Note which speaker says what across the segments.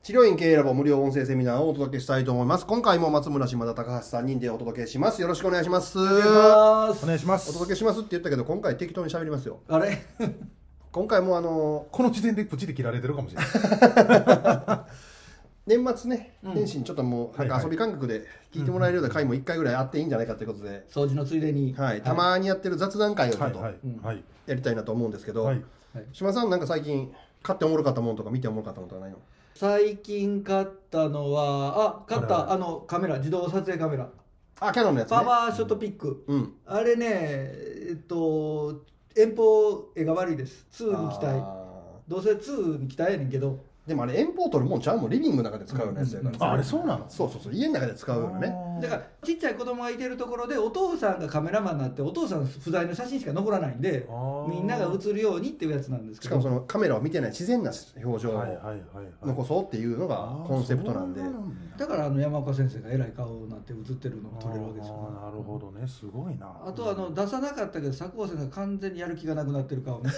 Speaker 1: 治療院経営ラボ無料音声セミナーをお届けしたいと思います。今回も松村島田高橋3人でお届けします。よろしくお願いします。お
Speaker 2: お願いします
Speaker 1: 届けしますって言ったけど、今回適当に喋りますよ。
Speaker 3: あれ
Speaker 1: 今回もあの、
Speaker 2: この時点でプチで切られてるかもしれない
Speaker 1: 年末ね、年始にちょっともう、なん
Speaker 2: は
Speaker 1: か
Speaker 2: いはい
Speaker 1: 遊び感覚で聞いてもらえるような回も1回ぐらいあっていいんじゃないかということで、
Speaker 3: 掃除のついでに、
Speaker 1: はい、たまにやってる雑談会をちょ
Speaker 2: は
Speaker 1: っ
Speaker 2: い
Speaker 1: と
Speaker 2: はいはい、
Speaker 1: やりたいなと思うんですけど、
Speaker 2: はい
Speaker 1: 島さんなんか最近買っておもろかったものとか見ておもろかったものとかないの
Speaker 3: 最近買ったのはあ買っ
Speaker 2: あら
Speaker 3: たあのカメラ自動撮影カメラ
Speaker 1: あ、キャノンのやつね
Speaker 3: パ。ワーショットピック、
Speaker 1: うん。
Speaker 3: あれねえっと遠方絵が悪いです2に期待
Speaker 1: あ
Speaker 3: どうせ2に期待やねんけど
Speaker 1: ーでもあれ遠方取るもんちゃうもんリビングの中で使うようなやつやからさ、
Speaker 2: ああれそうなの
Speaker 1: そうそうそう家の中で使うようなね
Speaker 2: あー
Speaker 3: だからちっちゃい子供がいてるところでお父さんがカメラマンになってお父さん不在の写真しか残らないんで
Speaker 2: あー
Speaker 3: みんなが映るようにっていうやつなんですけ
Speaker 1: しかも
Speaker 3: ど
Speaker 1: そのカメラを見てない自然な表情
Speaker 2: はいはい
Speaker 1: を
Speaker 2: はいはい
Speaker 1: 残そうっていうのがコンセプトなんで
Speaker 2: あーそう
Speaker 3: だからあの山岡先生が偉い顔になって映ってるの
Speaker 2: な
Speaker 3: が撮れるわけですよ、
Speaker 2: あーなるほどねすごいな
Speaker 3: あとあの出さなかったけど佐久間さんが完全にやる気がなくなってる顔ね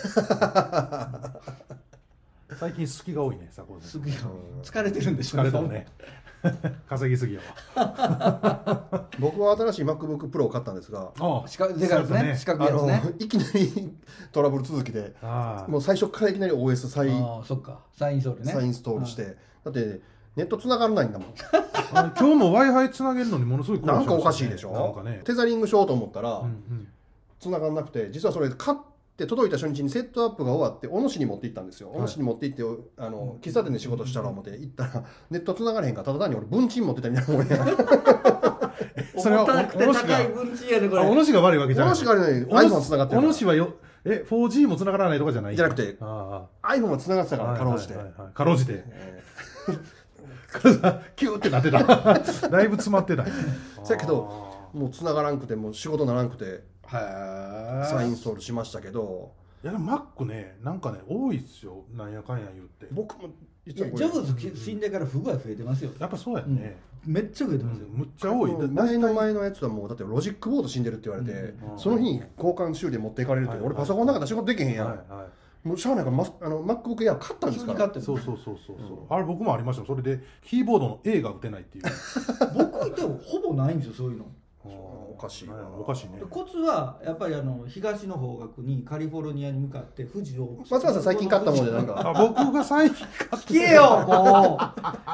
Speaker 2: 最近好きが多いね佐藤
Speaker 3: す
Speaker 2: さん
Speaker 3: ごいよ疲れてるんでしょ
Speaker 2: 疲れたね 稼ぎすぎやわ
Speaker 1: 僕は新しい MacBookPro を買ったんですが
Speaker 2: あ
Speaker 3: 四角でかいですね四角い
Speaker 1: あ
Speaker 3: やつ
Speaker 1: の
Speaker 3: ね
Speaker 1: いきなりトラブル続きで
Speaker 2: あー
Speaker 1: もう最初からいきなり OS
Speaker 3: あ
Speaker 1: 再,、
Speaker 3: あそっかサインソールね
Speaker 1: 再インストールして、だってネット繋がらないんだもん
Speaker 2: あれ今日も w i f i つなげるのにものすごい苦労
Speaker 1: なん
Speaker 2: ま
Speaker 1: か
Speaker 2: たね
Speaker 1: おかしいでしょ
Speaker 2: なんかね
Speaker 1: テザリングしようと思ったら、
Speaker 2: うんうん
Speaker 1: 繋がんなくて実はそれ買って届いた初日にセットアップが終わって小野市に持って行ったんですよ
Speaker 2: はい
Speaker 1: 小野市に持って行ってあの喫茶店で仕事したら思って行ったらネット繋がれへんからただ単に俺文鎮持ってたみたいなも んや
Speaker 2: それは
Speaker 3: 重たくて高い文鎮やねこ
Speaker 2: あお
Speaker 3: れ
Speaker 2: のしが悪いわけじ
Speaker 1: 小
Speaker 2: ゃな
Speaker 1: 野
Speaker 2: い
Speaker 1: 市があれなのに
Speaker 2: おの
Speaker 1: iPhone 繋がってるか
Speaker 2: おの
Speaker 1: ら
Speaker 2: しはよえ 4G も繋がらないとかじゃない
Speaker 1: じゃなくて
Speaker 2: あ
Speaker 1: iPhone は繋がってた
Speaker 2: あ
Speaker 1: からかろうじて
Speaker 2: はいはいはいかろう じて
Speaker 1: えー
Speaker 2: キューってなってた だいぶ詰まってた
Speaker 1: そやけどもう繋がらんくてもう仕事ならんくて
Speaker 3: は
Speaker 1: 再インストールしましたけど
Speaker 2: いやでもマックねなんかね多いっすよなんやかんや言って
Speaker 1: 僕もい
Speaker 3: いや
Speaker 1: こ
Speaker 3: ジ
Speaker 1: れ
Speaker 3: ョブズ死んでから不具合増えてますよ
Speaker 2: やっぱそうやね、
Speaker 3: めっちゃ増えて
Speaker 2: うん
Speaker 3: ますよ
Speaker 2: むっちゃ多いだ
Speaker 1: 前の前のやつはもうだってロジックボード死んでるって言われて、
Speaker 2: うん
Speaker 1: その日に交換修理持っていかれるって、
Speaker 2: はい
Speaker 1: 俺パソコンなかったら仕事できへんやん、
Speaker 2: はいは
Speaker 1: もうしゃあないからマスあの MacBook Air 買ったんですか
Speaker 3: 急に買
Speaker 1: ら
Speaker 3: っ
Speaker 2: い
Speaker 3: て
Speaker 2: そう
Speaker 3: る
Speaker 2: そうそうそうそう、あれ僕もありましたよそれでキーボードの A が打てないっていう
Speaker 3: 僕いてもほぼないんですよそういうの
Speaker 2: あー
Speaker 1: おかしいわ
Speaker 2: おかしいね
Speaker 3: でコツはやっぱりあの東の方角にカリフォルニアに向かって富士を
Speaker 1: 松原さん最近買ったもんでなんか
Speaker 2: あ僕が最近買って
Speaker 3: 聞けよも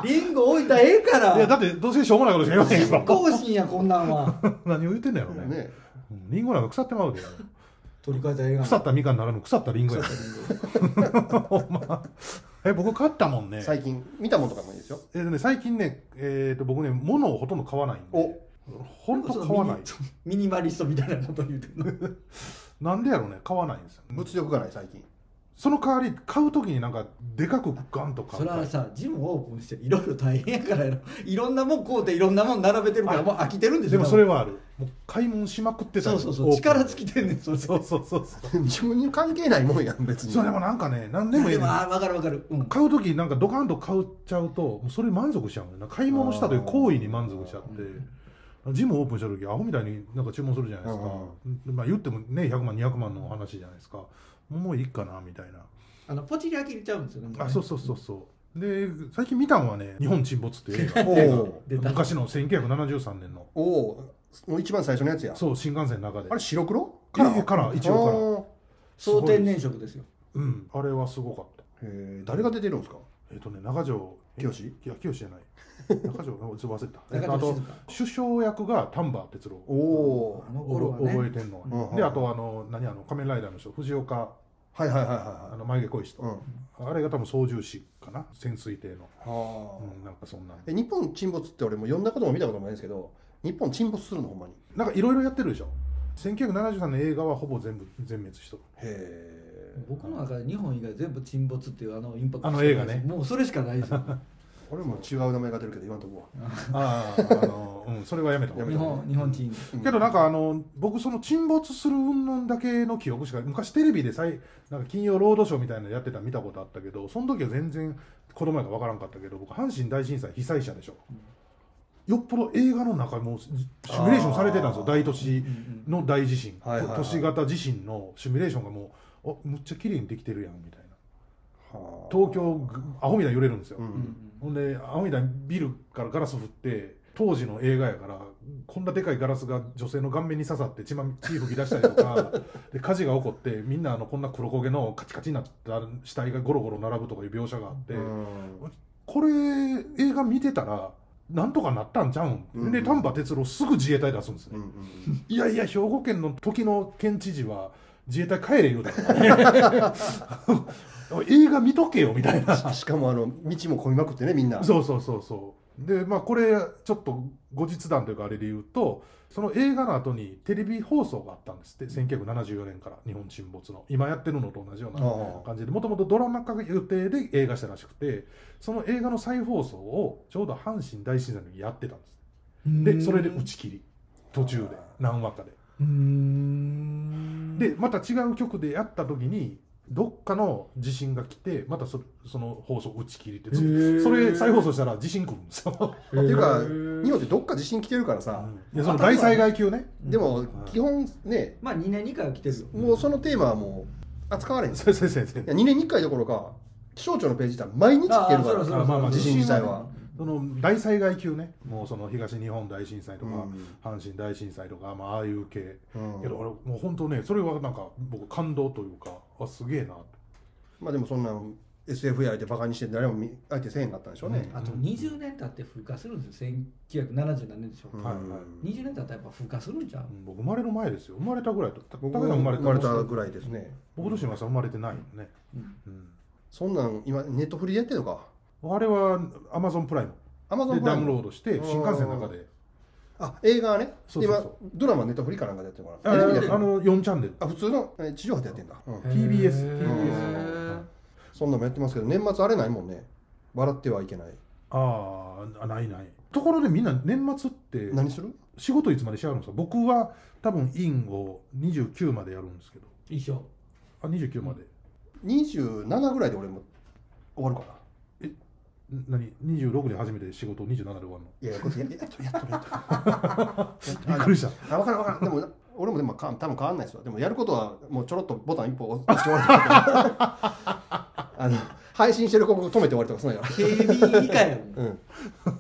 Speaker 3: うリンゴ置いたらええから
Speaker 2: いやだってどうせしょうもないことしか言わへん
Speaker 3: 執
Speaker 2: よ
Speaker 3: 行心やこんなんは
Speaker 2: 何を言ってんのやろね
Speaker 1: ね
Speaker 2: うんリンゴなんか腐ってまうで
Speaker 3: 取り替えたらええがな
Speaker 2: 腐ったみかんならぬ腐ったリンゴや ほんまえ僕買ったもんね
Speaker 1: 最近見たものとかもいいですよ
Speaker 2: えーとね、最近ね、えー、と僕ね物をほとんど買わないん
Speaker 1: お
Speaker 2: で本当買わない
Speaker 3: ミニマリストみたいなこと言う てるの
Speaker 2: なんでやろうね買わないんですよ
Speaker 1: 物欲がない最近
Speaker 2: その代わり買う時になんかでかくガンと買
Speaker 3: そうれはさジムオープンしていろいろ大変やからやろいろんなもん買うていろんなもん並べてるからもう飽きてるんでし
Speaker 2: で
Speaker 3: ょ
Speaker 2: もそれはあるもう買い物しまくってた
Speaker 3: そ
Speaker 2: よ
Speaker 3: うそうそ
Speaker 2: オー
Speaker 3: う
Speaker 2: プン
Speaker 3: 力尽きてんねんそれ
Speaker 2: そうそうそうそ
Speaker 1: 自分に関係ないもんやん別
Speaker 2: う
Speaker 1: に
Speaker 2: それもなんかね何でもい
Speaker 3: で
Speaker 2: いね
Speaker 3: も
Speaker 2: ん
Speaker 3: あ分かる分かるうん
Speaker 2: 買う時なんかドカンと買っちゃうともうそれ満足しちゃうのよなんか買い物したという行為に満足しちゃってジムオープンした時アホみたいになんか注文するじゃないですか、まあ、言ってもね100万200万の話じゃないですかもういいかなみたいな
Speaker 3: あのポチリ飽きれちゃうんですよねもね
Speaker 2: あそうそうそうそうで最近見たのはね「日本沈没」っていう映
Speaker 1: お
Speaker 2: 画
Speaker 1: う
Speaker 3: 出
Speaker 2: 映画
Speaker 3: た
Speaker 2: 昔の1973年の
Speaker 1: おおうもう一番最初のやつや
Speaker 2: そう新幹線の中で
Speaker 1: あれ白黒
Speaker 2: カラーカラー一応カラー
Speaker 1: あ
Speaker 3: 総天然色ですよ
Speaker 2: うんあれはすごかった
Speaker 1: ーへー誰が出てるんですか
Speaker 2: えっ、とね中条
Speaker 1: 清
Speaker 2: いや清じ ゃない中条ちょっと忘れたえっと
Speaker 3: 中
Speaker 2: あ
Speaker 3: 条
Speaker 2: と
Speaker 3: 静香
Speaker 2: 首相役が丹波哲郎
Speaker 1: おお
Speaker 3: あの
Speaker 2: 覚
Speaker 3: 頃はね
Speaker 2: 覚えてんのはね、
Speaker 1: うん
Speaker 2: であとあの何あの仮面ライダーの人藤岡
Speaker 1: ーはいはいはい
Speaker 2: あ
Speaker 1: は
Speaker 2: の眉毛濃い人、
Speaker 1: いはいうん
Speaker 2: あれが多分操縦士かな潜水艇の、
Speaker 1: はあ
Speaker 2: うん、なんかそんな
Speaker 1: え日本沈没って俺も読んだことも見たこともないんですけど日本沈没するのほんまに
Speaker 2: なんかいろいろやってるでしょ1973年映画はほぼ全部全滅しとる
Speaker 1: へえ
Speaker 3: 僕の中で日本以外全部沈没っていうあのインパクト
Speaker 2: あの映画ね
Speaker 3: もうそれしかないです よ
Speaker 1: 俺も違う名前が出るけど言わんとこ
Speaker 2: あ ああの、うん、それはやめた方がい
Speaker 3: 日
Speaker 2: い
Speaker 3: 本日本沈
Speaker 1: う
Speaker 2: けどなんかあの僕その沈没する云々だけの記憶しか昔テレビでさいなんか金曜ロードショーみたいなのやってたの見たことあったけどその時は全然子供やから分からんかったけど僕阪神大震災被災者でしょ、よっぽど映画の中もうシミュレーションされてたんですよ
Speaker 1: あー
Speaker 2: 大都市の大地震、
Speaker 1: はいはいはい
Speaker 2: 都市型地震のシミュレーションがもうあむっちゃ綺麗にできてるやんみたいな
Speaker 1: はあ
Speaker 2: 東京ぐアホみたいに揺れるんですよ、
Speaker 1: う
Speaker 3: うんうんん
Speaker 2: ほんで青い段ビルからガラス振って当時の映画やからこんなでかいガラスが女性の顔面に刺さって血ま血吹き出したりと かで火事が起こってみんなあのこんな黒焦げのカチカチになった死体がゴロゴロ並ぶとかいう描写があって、
Speaker 1: うん
Speaker 2: これ映画見てたらなんとかなったんちゃうん、
Speaker 1: うん
Speaker 2: で丹波哲郎すぐ自衛隊出すんですね、
Speaker 1: うん
Speaker 2: いやいや、兵庫県の時の県知事は、自衛隊帰れ言うた からね映画見とけよみたいな。
Speaker 1: うんし かもあの道も混みまくってねみんな
Speaker 2: そうそうそうそう。で、まあ、これ、ちょっと後日談というか、あれで言うと、その映画の後にテレビ放送があったんですって、1974年から、日本沈没の。今やってるのと同じような
Speaker 1: ああ
Speaker 2: 感じでもともとドラマ化予定で映画したらしくてその映画の再放送をちょうど阪神大震災の時やってたんですでそれで打ち切り途中で何話かで
Speaker 3: うーん
Speaker 2: でまた違う局でやった時にどっかの地震が来てまたそその放送打ち切りってずそれ再放送したら地震来るんですよ、
Speaker 3: て
Speaker 1: っていうか日本ってどっか地震来てるからさ、
Speaker 2: いやその大災害級ね
Speaker 1: でも基本ね
Speaker 3: まあ2年2回は来てるよ
Speaker 1: もうそのテーマはもう扱われへんです
Speaker 2: 先生先生
Speaker 1: いや2年に1回どころか気象庁のページだったら毎日来てるから
Speaker 3: ああそう
Speaker 2: だそうだまあまあ
Speaker 1: 地震自体は、
Speaker 2: その大災害級ねもうその東日本大震災と
Speaker 1: う
Speaker 2: か、
Speaker 1: ん
Speaker 2: 阪神大震災とか、まあ、ああいう系
Speaker 1: うん
Speaker 2: けど俺もう本当ねそれはなんか僕感動というかあすげえなと
Speaker 1: まあでもそんなん SF や相手バカにして誰も見相手せえへんかったんでしょうね、
Speaker 2: うん
Speaker 3: あと20年経って風化するんですよ1977年でしょ、
Speaker 1: うん
Speaker 2: はいはい
Speaker 3: 20年経ったらやっぱ風化するんじゃ
Speaker 2: うんん僕生まれる前ですよ生まれたぐらいと
Speaker 1: 僕
Speaker 2: 高
Speaker 1: が
Speaker 2: 田
Speaker 1: 生まれた
Speaker 2: 僕
Speaker 1: ぐらいですね
Speaker 2: と島さん生まれてないよね、
Speaker 3: うん
Speaker 2: うん
Speaker 1: そんなん今ネットフリでやってるのか
Speaker 2: あれはアマゾンプライム
Speaker 1: アマゾ
Speaker 2: で
Speaker 1: ンプラ
Speaker 2: ダ
Speaker 1: イ
Speaker 2: ウンロ
Speaker 1: ム
Speaker 2: ードして新幹線の中で
Speaker 1: あ映画はね
Speaker 2: そうそうそう
Speaker 1: 今ドラマネットフリかなんかでやってるか
Speaker 2: あ
Speaker 1: ら
Speaker 2: あ
Speaker 1: テレビ
Speaker 2: の
Speaker 1: でやってる
Speaker 2: 4チャンネル
Speaker 1: あ普通のえ地上波でやってんだ、うん、
Speaker 2: TBS
Speaker 3: へー
Speaker 2: TBS うん
Speaker 1: そんなんもやってますけど年末あれないもんね笑ってはいけない
Speaker 2: あーあないないところでみんな年末って
Speaker 1: 何する
Speaker 2: 仕事いつまでしはるんですか僕は多分インを29までやるんですけど
Speaker 3: 一緒
Speaker 2: あ29まで、
Speaker 1: 27ぐらいで俺も終わるかなん
Speaker 2: 何26で初めて仕事27で終わるの
Speaker 1: いやいやこれややっとるやっとるやっとる
Speaker 2: びっくりした
Speaker 1: あ分かる分かるでも俺もでもかん多分変わんないですよでもやることはもうちょろっとボタン一本押して終わるだけ あの配信してる広告止めて終わりとかそんなんや
Speaker 3: 警備以下やもん
Speaker 1: ろう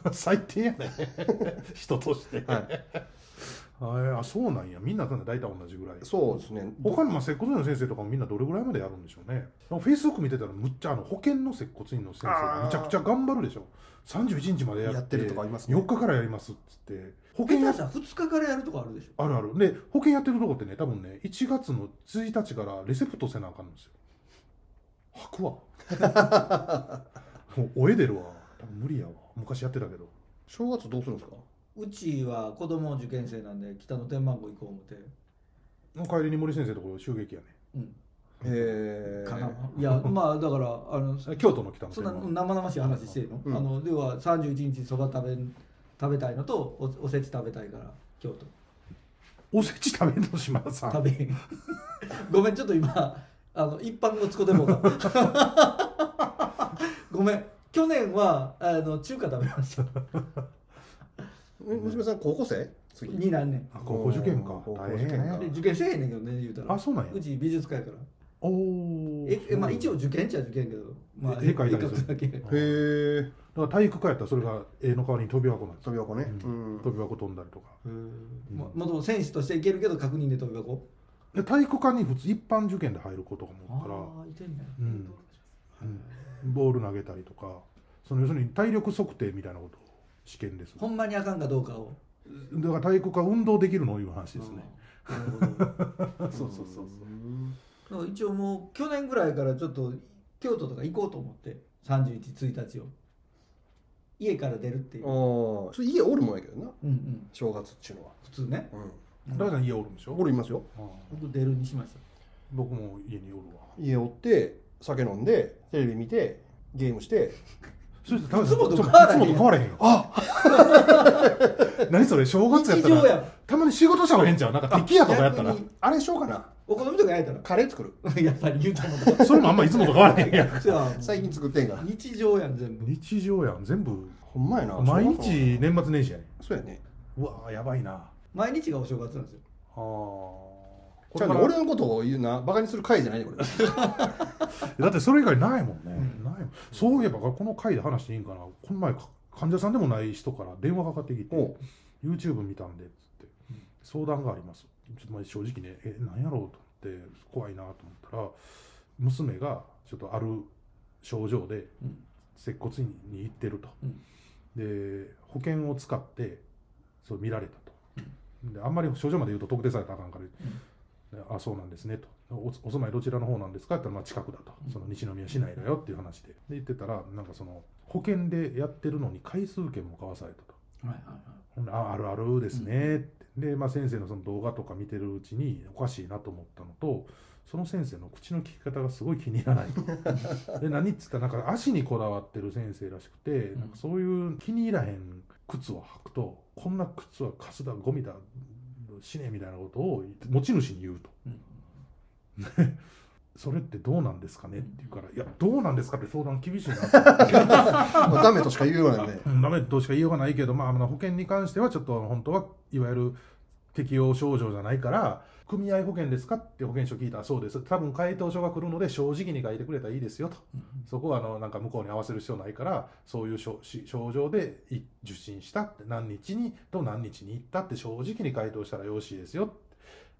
Speaker 1: ん
Speaker 2: 最低や ね人として
Speaker 1: はい
Speaker 2: ああそうなんやみんな大体同じぐらい
Speaker 1: そうですね
Speaker 2: 他のまあ接骨院の先生とかもみんなどれぐらいまでやるんでしょうねフェイスブック見てたらむっちゃあの保険の接骨院の先生
Speaker 1: あ
Speaker 2: が
Speaker 1: ー
Speaker 2: むちゃくちゃ頑張るでしょ31日までやって
Speaker 1: やってるとかありますね
Speaker 2: 4日からやりますっつって保険や
Speaker 3: 下手したら2日からやるとこあるでしょ
Speaker 2: あるあるで保険やってるとこってね多分ね1月の1日からレセプトせなあかんんですよ吐くわもうおえ出るわ多分無理やわ昔やってたけど
Speaker 1: 正月どうするんですか
Speaker 3: うちは子供受験生なんで北の天満宮行こう思って
Speaker 2: 帰りに森先生ところ襲撃やね
Speaker 3: うん
Speaker 1: へえ
Speaker 3: かな、いやまあだからあの
Speaker 2: 京都の北の
Speaker 3: そ
Speaker 2: 天
Speaker 3: んな
Speaker 2: 満
Speaker 3: 生々しい話してるの,、
Speaker 1: うん
Speaker 3: あのでは31日そば食べ食べたいのとおおせち食べたいから京都
Speaker 2: おせち食べんの島田さん
Speaker 3: 食べへん ごめんちょっと今あの一般のつこでもうた ごめん去年はあの中華食べました
Speaker 1: え娘さん高校生次
Speaker 3: になんねん
Speaker 2: あ高校受験か
Speaker 1: 高校
Speaker 2: 大変や
Speaker 1: 受
Speaker 3: で
Speaker 2: ね
Speaker 1: 験
Speaker 3: 受験せえへんねんけどね言うたら
Speaker 2: あそうなんや
Speaker 3: うち美術科やから
Speaker 2: おお
Speaker 3: ええまあ一応受験っちゃ受験やけどまあ
Speaker 2: 絵絵描いたり
Speaker 3: 絵描
Speaker 2: する
Speaker 3: くだけ
Speaker 1: へえ
Speaker 2: だから体育科やったらそれが絵の代わりに飛び箱なんです
Speaker 1: 飛
Speaker 2: よ
Speaker 1: び箱ね
Speaker 2: う
Speaker 1: うん
Speaker 2: 飛び箱飛んだりとか
Speaker 1: うん
Speaker 3: ももともと選手としていけるけど確認で飛び箱
Speaker 2: で体育科に普通一般受験で入る子とかもおるから
Speaker 3: ああいてんね
Speaker 2: う
Speaker 3: や
Speaker 2: んうんボール投げたりとかその要するに体力測定みたいなことを試験です
Speaker 3: ほんまにあかんかどうかを
Speaker 2: だから体育科運動できるのいう話ですね
Speaker 3: あーなるほど
Speaker 2: そうそうそうそう
Speaker 3: だから 一応もう去年ぐらいからちょっと京都とか行こうと思って311日を家から出るっていう、
Speaker 1: ああそれ家おるもんやけどな
Speaker 3: うんうん、
Speaker 1: 正月っちゅうのは
Speaker 3: 普通ね
Speaker 1: う
Speaker 2: 大さん家おるんでし
Speaker 1: ん
Speaker 2: ょ
Speaker 1: 俺いますよ
Speaker 2: ああ
Speaker 3: 僕出るにしまし
Speaker 2: 僕も家におるわ
Speaker 1: 家おって酒飲んでテレビ見てゲームして
Speaker 2: そして
Speaker 3: いつもと変わらへん
Speaker 2: いつもと変わらへんよあ何それ正
Speaker 3: た
Speaker 2: 月やっ
Speaker 3: 日
Speaker 2: た
Speaker 3: 常
Speaker 2: ら
Speaker 3: やん
Speaker 2: たまに仕事した方が変ちゃうなんか敵やとかやったら
Speaker 3: 逆に
Speaker 1: あれしようかな
Speaker 3: お好みとか焼いた
Speaker 1: カレー作る
Speaker 3: ら やっぱり言うたもんだ
Speaker 2: それもあんまいつもと変わらへ んやん
Speaker 3: じゃあ
Speaker 1: 最近作ってんから
Speaker 3: 日常やん全部
Speaker 2: 日常やん全部
Speaker 1: ほんまやな
Speaker 2: 毎日年末年始やね
Speaker 1: そうやね
Speaker 2: んうわーやばいな
Speaker 3: 毎日がお正月なんですよ
Speaker 2: あーこ
Speaker 1: じ
Speaker 2: れ
Speaker 1: ゃ
Speaker 2: か
Speaker 1: あ
Speaker 2: ら
Speaker 1: 俺のことを言うなバカにする回じゃないで 俺
Speaker 2: だってそれ以外ないもんね、
Speaker 3: うん
Speaker 2: ないもんそういえばこの回で話していいんかなこの前か患者さんでもない人から電話かかってきて
Speaker 1: おう
Speaker 2: YouTube 見たんでっつって
Speaker 3: うん
Speaker 2: 相談がありますちょっとまあ正直ねえ何やろうと思って怖いなと思ったら娘がちょっとある症状で
Speaker 3: うん
Speaker 2: 接骨院に行ってると、
Speaker 3: うん
Speaker 2: で保険を使ってそう見られたと、であんまり症状まで言うと特定されたらあかんから、であそうなんですねとおお住まいどちらの方なんですかって言ったらまあ近くだと、
Speaker 3: うん
Speaker 2: その西宮市内だよっていう話でで言ってたらなんかその保険でやってるのに回数券も買わされたと。
Speaker 3: はいはい
Speaker 2: ほんでああるあるですねって、で、まあ、先生のその動画とか見てるうちにおかしいなと思ったのとその先生の口の利き方がすごい気に入らない とで何っつったらなんか足にこだわってる先生らしくて、
Speaker 3: ん
Speaker 2: なんかそういう気に入らへん靴を履くとこんな靴はカスだゴミだ死ねみたいなことを持ち主に言うと。
Speaker 3: うん
Speaker 2: それってどうなんですかねって言うから、いや、どうなんですかって相談厳しいなと思って
Speaker 1: も うダメとしか言うようなんで
Speaker 2: うんダメとしか言いようがないけど、まあ、あの保険に関してはちょっと本当はいわゆる適用症状じゃないから組合保険ですかって保険証聞いたらそうです多分回答書が来るので正直に書いてくれたらいいですよと
Speaker 3: うん
Speaker 2: そこはあのなんか向こうに合わせる必要ないからそういう症し症状でい受診したって何日にと何日に行ったって正直に回答したらよろしいですよ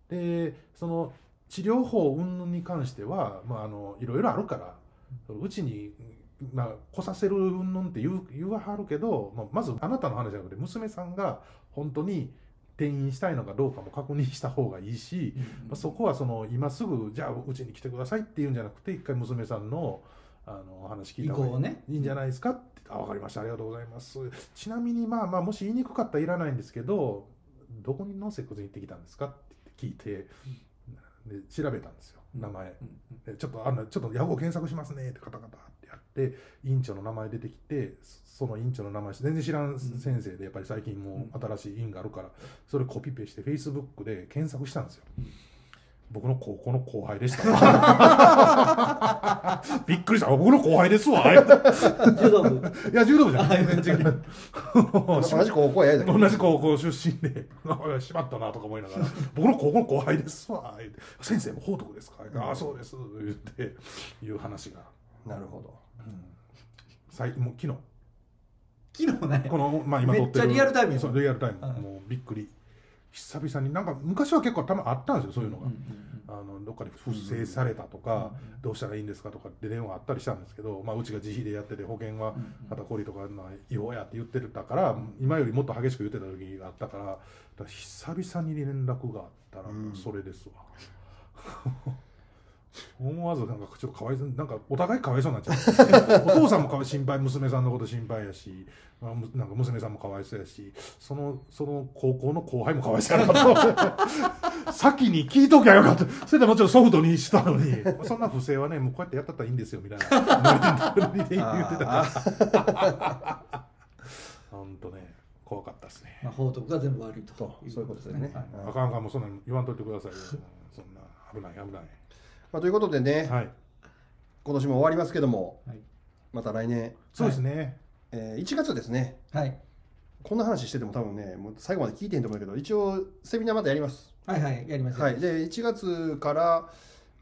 Speaker 2: でその治療法云々に関しては、まあ、あのいろいろあるからそのうちに、まあ、来させる云々って言う言わはるけど、まあ、まずあなたの話じゃなくて娘さんが本当に転院したいのかどうかも確認した方がいいし、まあ、そこはその今すぐじゃあうちに来てくださいっていうんじゃなくて一回娘さんのあのお話聞いた方
Speaker 3: 意向を
Speaker 2: が
Speaker 3: ね
Speaker 2: いいんじゃないですかって「あ分かりましたありがとうございます」ちなみにまあまあもし言いにくかったらいらないんですけど「どこの接骨院行ってきたんですか?」って聞いてで調べたんですよ名前。
Speaker 3: うんうん
Speaker 2: でちょっとあのちょっと野号検索しますねってカタカタってやって院長の名前出てきてそその院長の名前全然知らん先生でやっぱり最近もう新しい院があるからそれコピペしてフェイスブックで検索したんですよ
Speaker 3: うん。
Speaker 2: 僕の高校の後輩でした。 びっくりした。僕の後輩ですわ。い
Speaker 3: 柔道 部
Speaker 2: や、柔道部じゃ
Speaker 3: あ
Speaker 2: ない。
Speaker 3: 違う
Speaker 1: 同じ高校やだけど
Speaker 2: 同じ高校出身で、 しまったなとか思いながら、 僕の高校の後輩ですわ、言うて先生も報徳ですか、ああ、そうです、言って、いう話が、
Speaker 1: なるほど
Speaker 2: 最もう昨
Speaker 3: 昨日ね
Speaker 2: 日この、まあ、今撮ってる、
Speaker 3: めっちゃリアルタイムやん
Speaker 2: そうリアルタイム、
Speaker 3: はい
Speaker 2: もうびっくり、久々に、なんか昔は結構、たまあったんですよ、そういうのが、
Speaker 3: んん
Speaker 2: あのどっかで不正されたとか、どうしたらいいんですかとかって電話あったりしたんですけど、まあ、うちが自費でやってて、保険は
Speaker 3: うん
Speaker 2: 肩こりとかの違法やって言ってたから、今よりもっと激しく言ってた時があったからだから久々に連絡があったら
Speaker 1: うん
Speaker 2: それですわ、 思わずなんかちょっとかわいそうなんかお互いかわいそうになっちゃう お父さんもかわい心配娘さんのこと心配やし、まあ、むなんか娘さんもかわいそうやしそのその高校の後輩もかわいそうやなと 先に聞いときゃよかったそれでもちろんソフトにしたのにそんな不正はねもうこうやってやったったらいいんですよみたいなノリで 言ってたから
Speaker 1: あー
Speaker 2: ほんとね、怖かったですね。
Speaker 3: まあ、報徳が全部悪いと
Speaker 1: とそういうことですね
Speaker 3: はい
Speaker 1: うん
Speaker 2: あかんあかん、もうそんなん言わんといてくださ いよ。そんな、危ない、危ない。
Speaker 1: まあということでね
Speaker 2: はい。
Speaker 1: 今年も終わりますけども
Speaker 3: はい
Speaker 1: また来年
Speaker 2: そうですね。
Speaker 1: えー1月ですね
Speaker 3: はい、
Speaker 1: こんな話してても多分ねもう最後まで聞いてへんと思うけど一応セミナーまたやります
Speaker 3: はいはいやりましょう
Speaker 1: はい、で1月から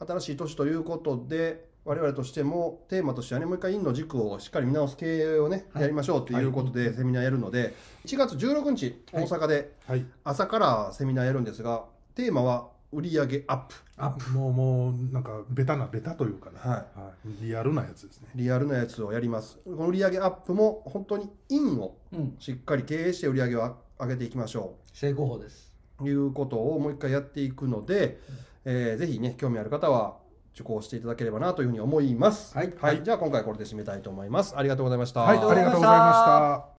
Speaker 1: 新しい年ということで我々としてもテーマとしてアニメ化インの軸をしっかり見直す経営をね、
Speaker 3: はい
Speaker 1: やりましょうということでセミナーやるので1月16日
Speaker 3: は
Speaker 1: 大
Speaker 3: い
Speaker 1: 阪で
Speaker 2: はい。
Speaker 1: 朝からセミナーやるんですがテーマは売上アップ、
Speaker 3: あ
Speaker 2: もう、もう、なんか、ベタな、ベタというかね。
Speaker 1: は
Speaker 2: はい。リアルなやつですね。
Speaker 1: い、リアルなやつをやりますこの売上アップも本当にインを
Speaker 3: うん
Speaker 1: しっかり経営して売上を上げていきましょう
Speaker 3: 成功法です
Speaker 1: いうことをもう一回やっていくので、えーぜひね興味ある方は受講していただければなというふうに思います。
Speaker 3: はい
Speaker 1: じゃあ今回これで締めたいと思います。ありがとうございました。
Speaker 2: はい、ありがとうございました。